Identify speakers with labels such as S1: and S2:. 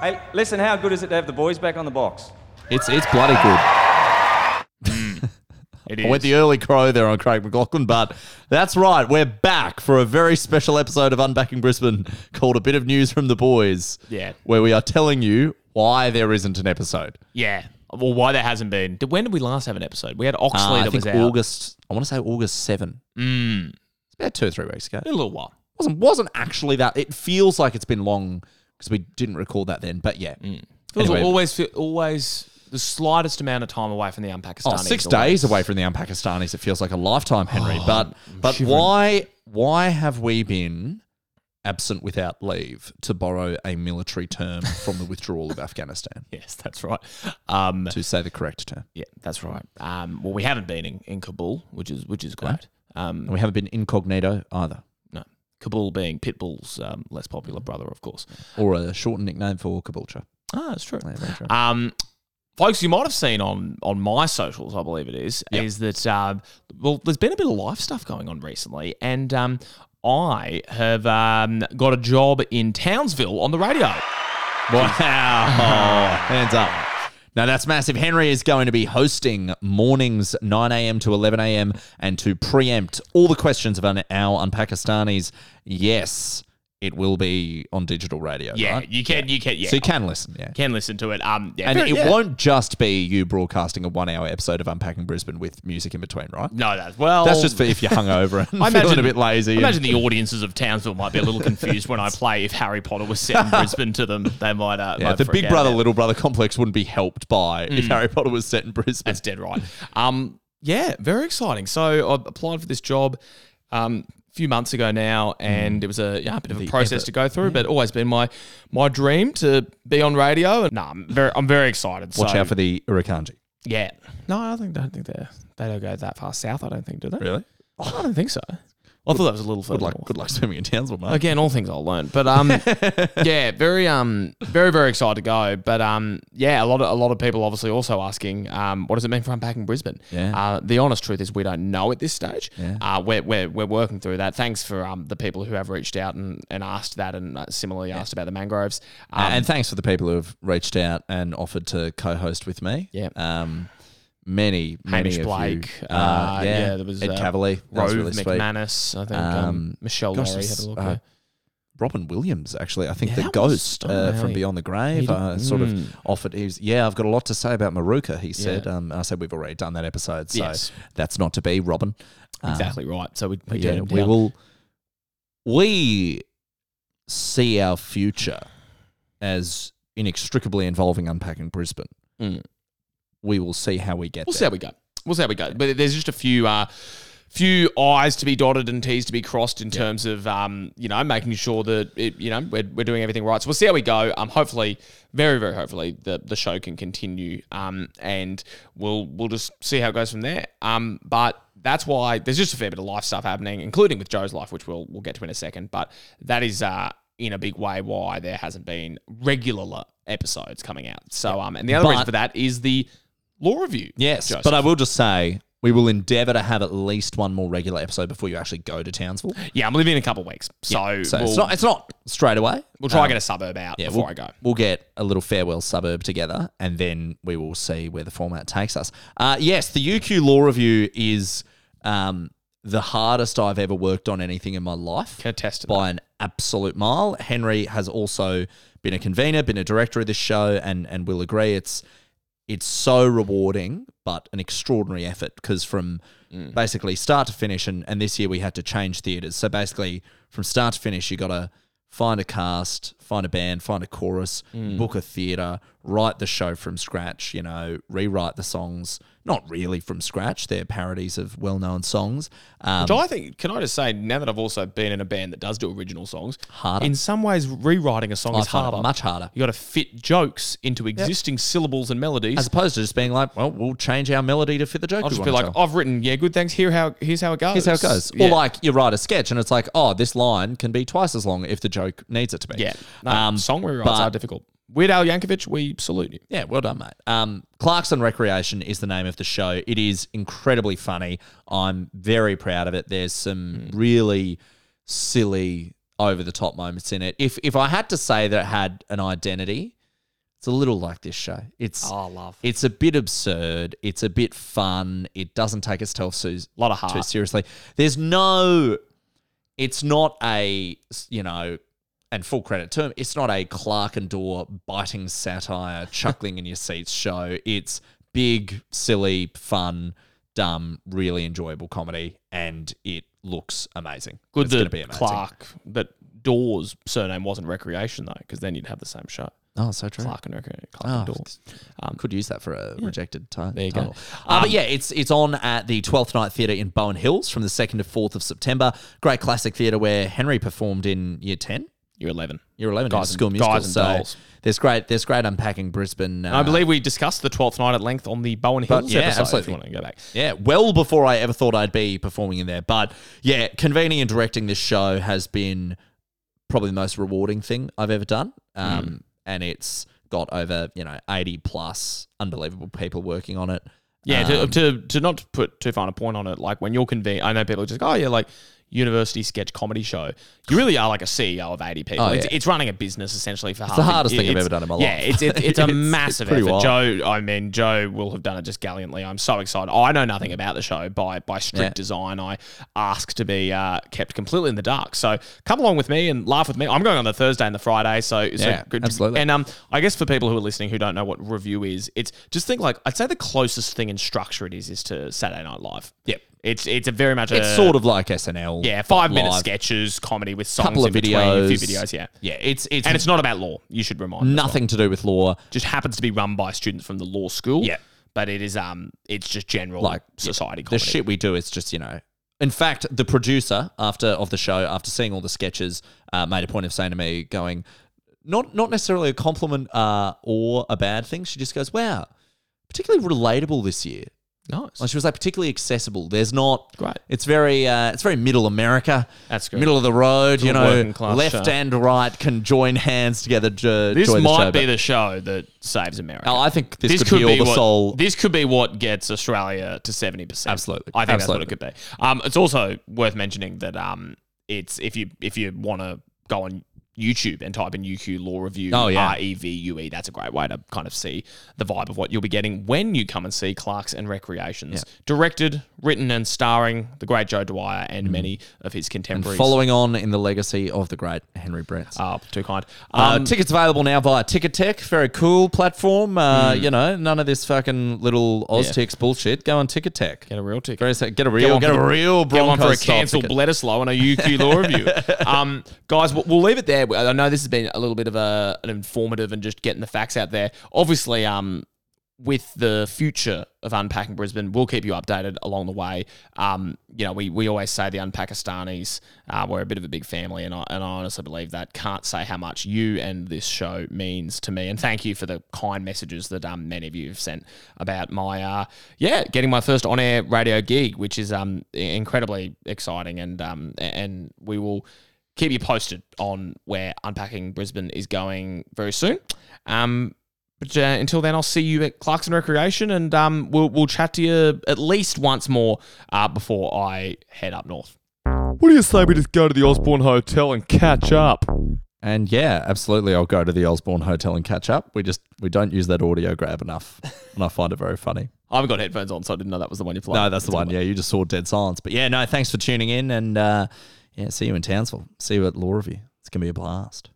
S1: Hey, listen, how good is it to have the boys back on the box?
S2: It's it's bloody good.
S3: It
S2: I went the early crow there on Craig McLaughlin, but that's right. We're back for a very special episode of Unbacking Brisbane called A Bit of News from the Boys.
S3: Yeah.
S2: Where we are telling you why there isn't an episode.
S3: yeah. Well, why there hasn't been? Did- When did we last have an episode? We had Oxley
S2: Uh,
S3: that
S2: I think
S3: was out.
S2: August, I want to say August 7. It's about two or three weeks ago.
S3: A little while.
S2: wasn't wasn't actually that. It feels like it's been long because we didn't record that then. But yeah,
S3: Feels
S2: Anyway.
S3: always fe- always the slightest amount of time away from the unpacking.
S2: oh, six days away from the Unpakistanis. It feels like a lifetime, Henry. but but why why have we been absent without leave? To borrow a military term from the withdrawal of Afghanistan,
S3: Yes, that's right. Um,
S2: to say the correct term,
S3: yeah, that's right. Um, well, we haven't been in, in Kabul, which is which is great. Um,
S2: and we haven't been incognito either,
S3: no, Kabul being Pitbull's um, less popular brother, of course.
S2: or a shortened nickname for Kabulcha.
S3: Ah, that's true.
S2: Yeah, very true.
S3: Um, folks, you might have seen on on my socials, I believe it is, is that um, well, there's been a bit of life stuff going on recently, and um, I have um, got a job in Townsville on the radio.
S2: Ah, Wow. Hands up. Now that's massive. Henry is going to be hosting mornings 9 a.m. to 11 a.m. and to preempt all the questions of un- our Unpakistanis, yes, it will be on digital radio.
S3: Yeah,
S2: right?
S3: you can, you can, yeah,
S2: So you can listen. Yeah.
S3: can listen to it. Um, yeah,
S2: And
S3: very-
S2: it
S3: yeah.
S2: won't just be you broadcasting a one hour episode of Unpacking Brisbane with music in between, right?
S3: No, that's well.
S2: That's just for if you're hungover and
S3: I
S2: feeling
S3: imagine-
S2: a bit lazy.
S3: I
S2: and-
S3: imagine the audiences of Townsville might be a little confused when I play if Harry Potter was set in Brisbane to them. They might. Uh,
S2: yeah,
S3: might
S2: the
S3: freak
S2: Big
S3: out
S2: Brother,
S3: there.
S2: Little Brother complex wouldn't be helped by if Harry Potter was set in Brisbane.
S3: Mm. That's dead right. Um, yeah, very exciting. So I applied for this job um, a few months ago now, and it was a yeah, a bit of a process to go through, but always been my my dream to be on radio. And nah, I'm very I'm very excited.
S2: Watch
S3: so,
S2: out for the Irukandji.
S3: yeah. No, I don't think don't think they they don't go that far south. I don't think do they?
S2: Really?
S3: I don't think so. I thought that was a little further.
S2: Good luck,
S3: north.
S2: good luck swimming in Townsville, mate.
S3: Again, all things I'll learn. But um, yeah, very um, very very excited to go. But um, yeah, a lot of a lot of people obviously also asking um, what does it mean for unpacking Brisbane?
S2: Yeah.
S3: Uh, the honest truth is we don't know at this stage.
S2: Yeah.
S3: Uh, we're, we're we're working through that. Thanks for um the people who have reached out and, and asked that and uh, similarly asked about the mangroves. Um,
S2: and thanks for the people who have reached out and offered to co-host with me.
S3: Yeah.
S2: Um, many, many
S3: Um, Hamish
S2: of
S3: Blake.
S2: you.
S3: Uh, yeah, there was,
S2: Ed
S3: uh,
S2: Cavalier. That was
S3: Rove
S2: really sweet.
S3: McManus, I think um,
S2: Um,
S3: Michelle
S2: gosh,
S3: Lowry had
S2: this,
S3: a look.
S2: uh,
S3: yeah.
S2: Robin Williams, actually, I think
S3: Yeah,
S2: the
S3: that was-
S2: ghost
S3: oh,
S2: uh, from
S3: hey.
S2: Beyond the Grave,
S3: did- Mm.
S2: uh, sort of offered. He was, yeah, I've got a lot to say about Maruka. He said, um, I said we've already done that episode, so
S3: Yes.
S2: that's not to be Robin. Um,
S3: exactly right. So we, we
S2: But
S3: get
S2: yeah,
S3: him
S2: we
S3: down.
S2: will. We see our future as inextricably involving unpacking Brisbane.
S3: Mm.
S2: We will see how we get
S3: We'll see
S2: there.
S3: how we go. We'll see how we go. But there's just a few uh, few I's to be dotted and T's to be crossed in terms of um, you know making sure that it, you know we're, we're doing everything right. So we'll see how we go. Um, hopefully, very very hopefully the the show can continue. Um, and we'll we'll just see how it goes from there. Um, but. That's why there's just a fair bit of life stuff happening, including with Joe's life, which we'll we'll get to in a second. But that is uh, in a big way why there hasn't been regular episodes coming out. So um, and the other reason
S2: But-
S3: for that is the law review.
S2: Yes,
S3: Joseph.
S2: but I will just say we will endeavour to have at least one more regular episode before you actually go to Townsville.
S3: Yeah, I'm leaving in a couple of weeks, so, uh,
S2: So
S3: we'll,
S2: it's not it's not straight away.
S3: we'll try and get a suburb out before I go.
S2: We'll get a little farewell suburb together, and then we will see where the format takes us. Uh, yes, the UQ Law Review is um, the hardest I've ever worked on anything in my life.
S3: Can attest to that.
S2: by an absolute mile. Henry has also been a convener, been a director of this show, and and will agree it's it's so rewarding, but an extraordinary effort because from
S3: Mm.
S2: basically start to finish, and and this year we had to change theaters. So basically, from start to finish, you got to find a cast, find a band, find a chorus,
S3: Mm.
S2: book a theater, write the show from scratch. You know, rewrite the songs. Not really from scratch; they're parodies of well-known songs. Um,
S3: Which I think, can I just say, now that I've also been in a band that does do original songs,
S2: Harder.
S3: In some ways, rewriting a song
S2: I
S3: is
S2: find it
S3: harder.
S2: much harder.
S3: You got to fit jokes into existing syllables and melodies.
S2: as opposed to just being like, well, we'll change our melody to fit the joke.
S3: I'll
S2: we
S3: just be
S2: wanna
S3: like,
S2: tell.
S3: I've written, yeah, good, thanks. Here how here's how it goes.
S2: here's how it goes.
S3: Yeah.
S2: Or like you write a sketch and it's like, oh, this line can be twice as long if the joke needs it to be.
S3: yeah, no,
S2: Um,
S3: song rewrites
S2: but-
S3: are difficult. Weird Al Yankovic, we salute you.
S2: Yeah, well done, mate. Um, Clarkson Recreation is the name of the show. It is incredibly funny. I'm very proud of it. There's some
S3: Hmm.
S2: really silly, over the top moments in it. If if I had to say that it had an identity, It's a little like this show. It's
S3: Oh, love.
S2: It's a bit absurd. It's a bit fun. It doesn't take itself so, lot of
S3: heart.
S2: too seriously. There's no. It's not a you know, and full credit to him. It's not a Clark and Door biting satire, chuckling in your seats show. It's big, silly, fun, dumb, really enjoyable comedy, and it looks amazing.
S3: Good
S2: it's
S3: that
S2: gonna be amazing.
S3: Clark, that Dawes' surname wasn't Recreation though, because then you'd have the same show.
S2: Oh, so true.
S3: Clark and Recreation.
S2: Oh,
S3: Clark and Dawes. Um,
S2: could use that for a rejected ti-
S3: you go.
S2: title. Uh, but yeah, it's it's on at the Twelfth Night Theatre in Bowen Hills from the second to fourth of September. Great classic theatre where Henry performed in year ten,
S3: you're eleven.
S2: year eleven
S3: Guys
S2: in
S3: and-
S2: school musical.
S3: Guys and
S2: so
S3: dolls.
S2: there's great there's great unpacking Brisbane. Uh,
S3: I believe we discussed the twelfth night at length on the Bowen Hills
S2: yeah,
S3: episode. If
S2: absolutely.
S3: you want to go back,
S2: Yeah, well before I ever thought I'd be performing in there. But yeah, convening and directing this show has been probably the most rewarding thing I've ever done.
S3: Hmm.
S2: Um, And it's got over, you know, 80 plus unbelievable people working on it.
S3: yeah,
S2: Um,
S3: to, to to not put too fine a point on it, like when you're convened, I know people are just go, oh yeah, like university sketch comedy show. You really are like a CEO of eighty people.
S2: Oh,
S3: it's,
S2: yeah.
S3: it's running a business essentially for it's
S2: the hardest thing I've ever done in my
S3: yeah,
S2: life.
S3: it's it's, it's a
S2: It's- it's
S3: massive
S2: pretty
S3: effort.
S2: wild.
S3: Joe, I mean, Joe will have done it just gallantly. I'm so excited. I know nothing about the show by by strict
S2: Yeah.
S3: design. I ask to be uh, kept completely in the dark. So come along with me and laugh with me. I'm going on the Thursday and the Friday. So
S2: Yeah,
S3: so good.
S2: absolutely.
S3: And um, I guess for people who are listening who don't know what review is, it's just think like I'd say the closest thing in structure it is is to Saturday Night Live.
S2: Yep.
S3: It's it's a very much
S2: It's
S3: a
S2: sort of like SNL.
S3: Uh, yeah
S2: but
S3: five minute
S2: live.
S3: sketches comedy with songs
S2: Couple of
S3: in between, a few
S2: videos.
S3: videos. Yeah,
S2: Yeah, it's it's Mm.
S3: and it's not about law. You should remind. us.
S2: nothing to do with law.
S3: Just happens to be run by students from the law school.
S2: Yeah.
S3: But it is um it's just general
S2: Like,
S3: like society
S2: The
S3: comedy.
S2: shit we do is just you know. In fact, the producer after of the show, after seeing all the sketches, uh, made a point of saying to me, going, not not necessarily a compliment uh, or a bad thing. She just goes, "Wow, particularly relatable this year."
S3: nice.
S2: Like she was like particularly accessible. There's not
S3: Great.
S2: It's very uh, it's very middle America.
S3: That's great.
S2: middle of the road. You
S3: Little
S2: know,
S3: working class
S2: left
S3: show.
S2: and right can join hands together. Jo-
S3: This
S2: joy the
S3: might
S2: show,
S3: be
S2: but-
S3: the show that saves America.
S2: Oh, I think this, could, heal the
S3: what,
S2: soul.
S3: This could be what gets Australia to seventy percent.
S2: Absolutely.
S3: I think
S2: Absolutely.
S3: that's what it could be. Um, it's also worth mentioning that um, it's if you if you want to go on YouTube and type in UQ Law Review,
S2: Oh, yeah.
S3: R E V U E. That's a great way to kind of see the vibe of what you'll be getting when you come and see Clark's and Recreations, directed, written, and starring the great Joe Dwyer and
S2: Mm-hmm.
S3: many of his contemporaries.
S2: Following on in the legacy of the great Henry Brents.
S3: Oh, too kind.
S2: Uh,
S3: Um,
S2: tickets available now via Ticket Tech. Very cool platform. Uh, You know, none of this fucking little Oztex bullshit. Go on Ticket Tech.
S3: get a real ticket.
S2: Very se- Get a real,
S3: one
S2: get
S3: for
S2: a
S3: the-
S2: real
S3: Get one
S2: Bronco
S3: for a
S2: style
S3: cancelled
S2: ticket.
S3: Bledisloe and a UQ law review. Um, guys, we'll, we'll leave it there. I know this has been a little bit of a, an informative and just getting the facts out there. Obviously, um, with the future of Unpacking Brisbane, we'll keep you updated along the way. Um, you know, we, we always say the Unpakistanis, uh, we're a bit of a big family, and I, and I honestly believe that. Can't say how much you and this show means to me. And thank you for the kind messages that um, many of you have sent about my, uh, yeah, getting my first on air radio gig, which is um, i- incredibly exciting. And, um, a- and we will keep you posted on where Unpacking Brisbane is going very soon. Um, but uh, until then, I'll see you at Clarkson Recreation, and um, we'll we'll chat to you at least once more uh, before I head up north.
S4: What do you say we just go to the Osborne Hotel and catch up?
S2: And yeah, absolutely. I'll go to the Osborne Hotel and catch up. We just we don't use that audio grab enough, and I find it very funny.
S3: I haven't got headphones on, so I didn't know that was the one you played.
S2: No, that's the one. Yeah, you just saw dead silence. But yeah, no, thanks for tuning in, and uh, yeah, see you in Townsville. See you at Law Review. It's gonna be a blast.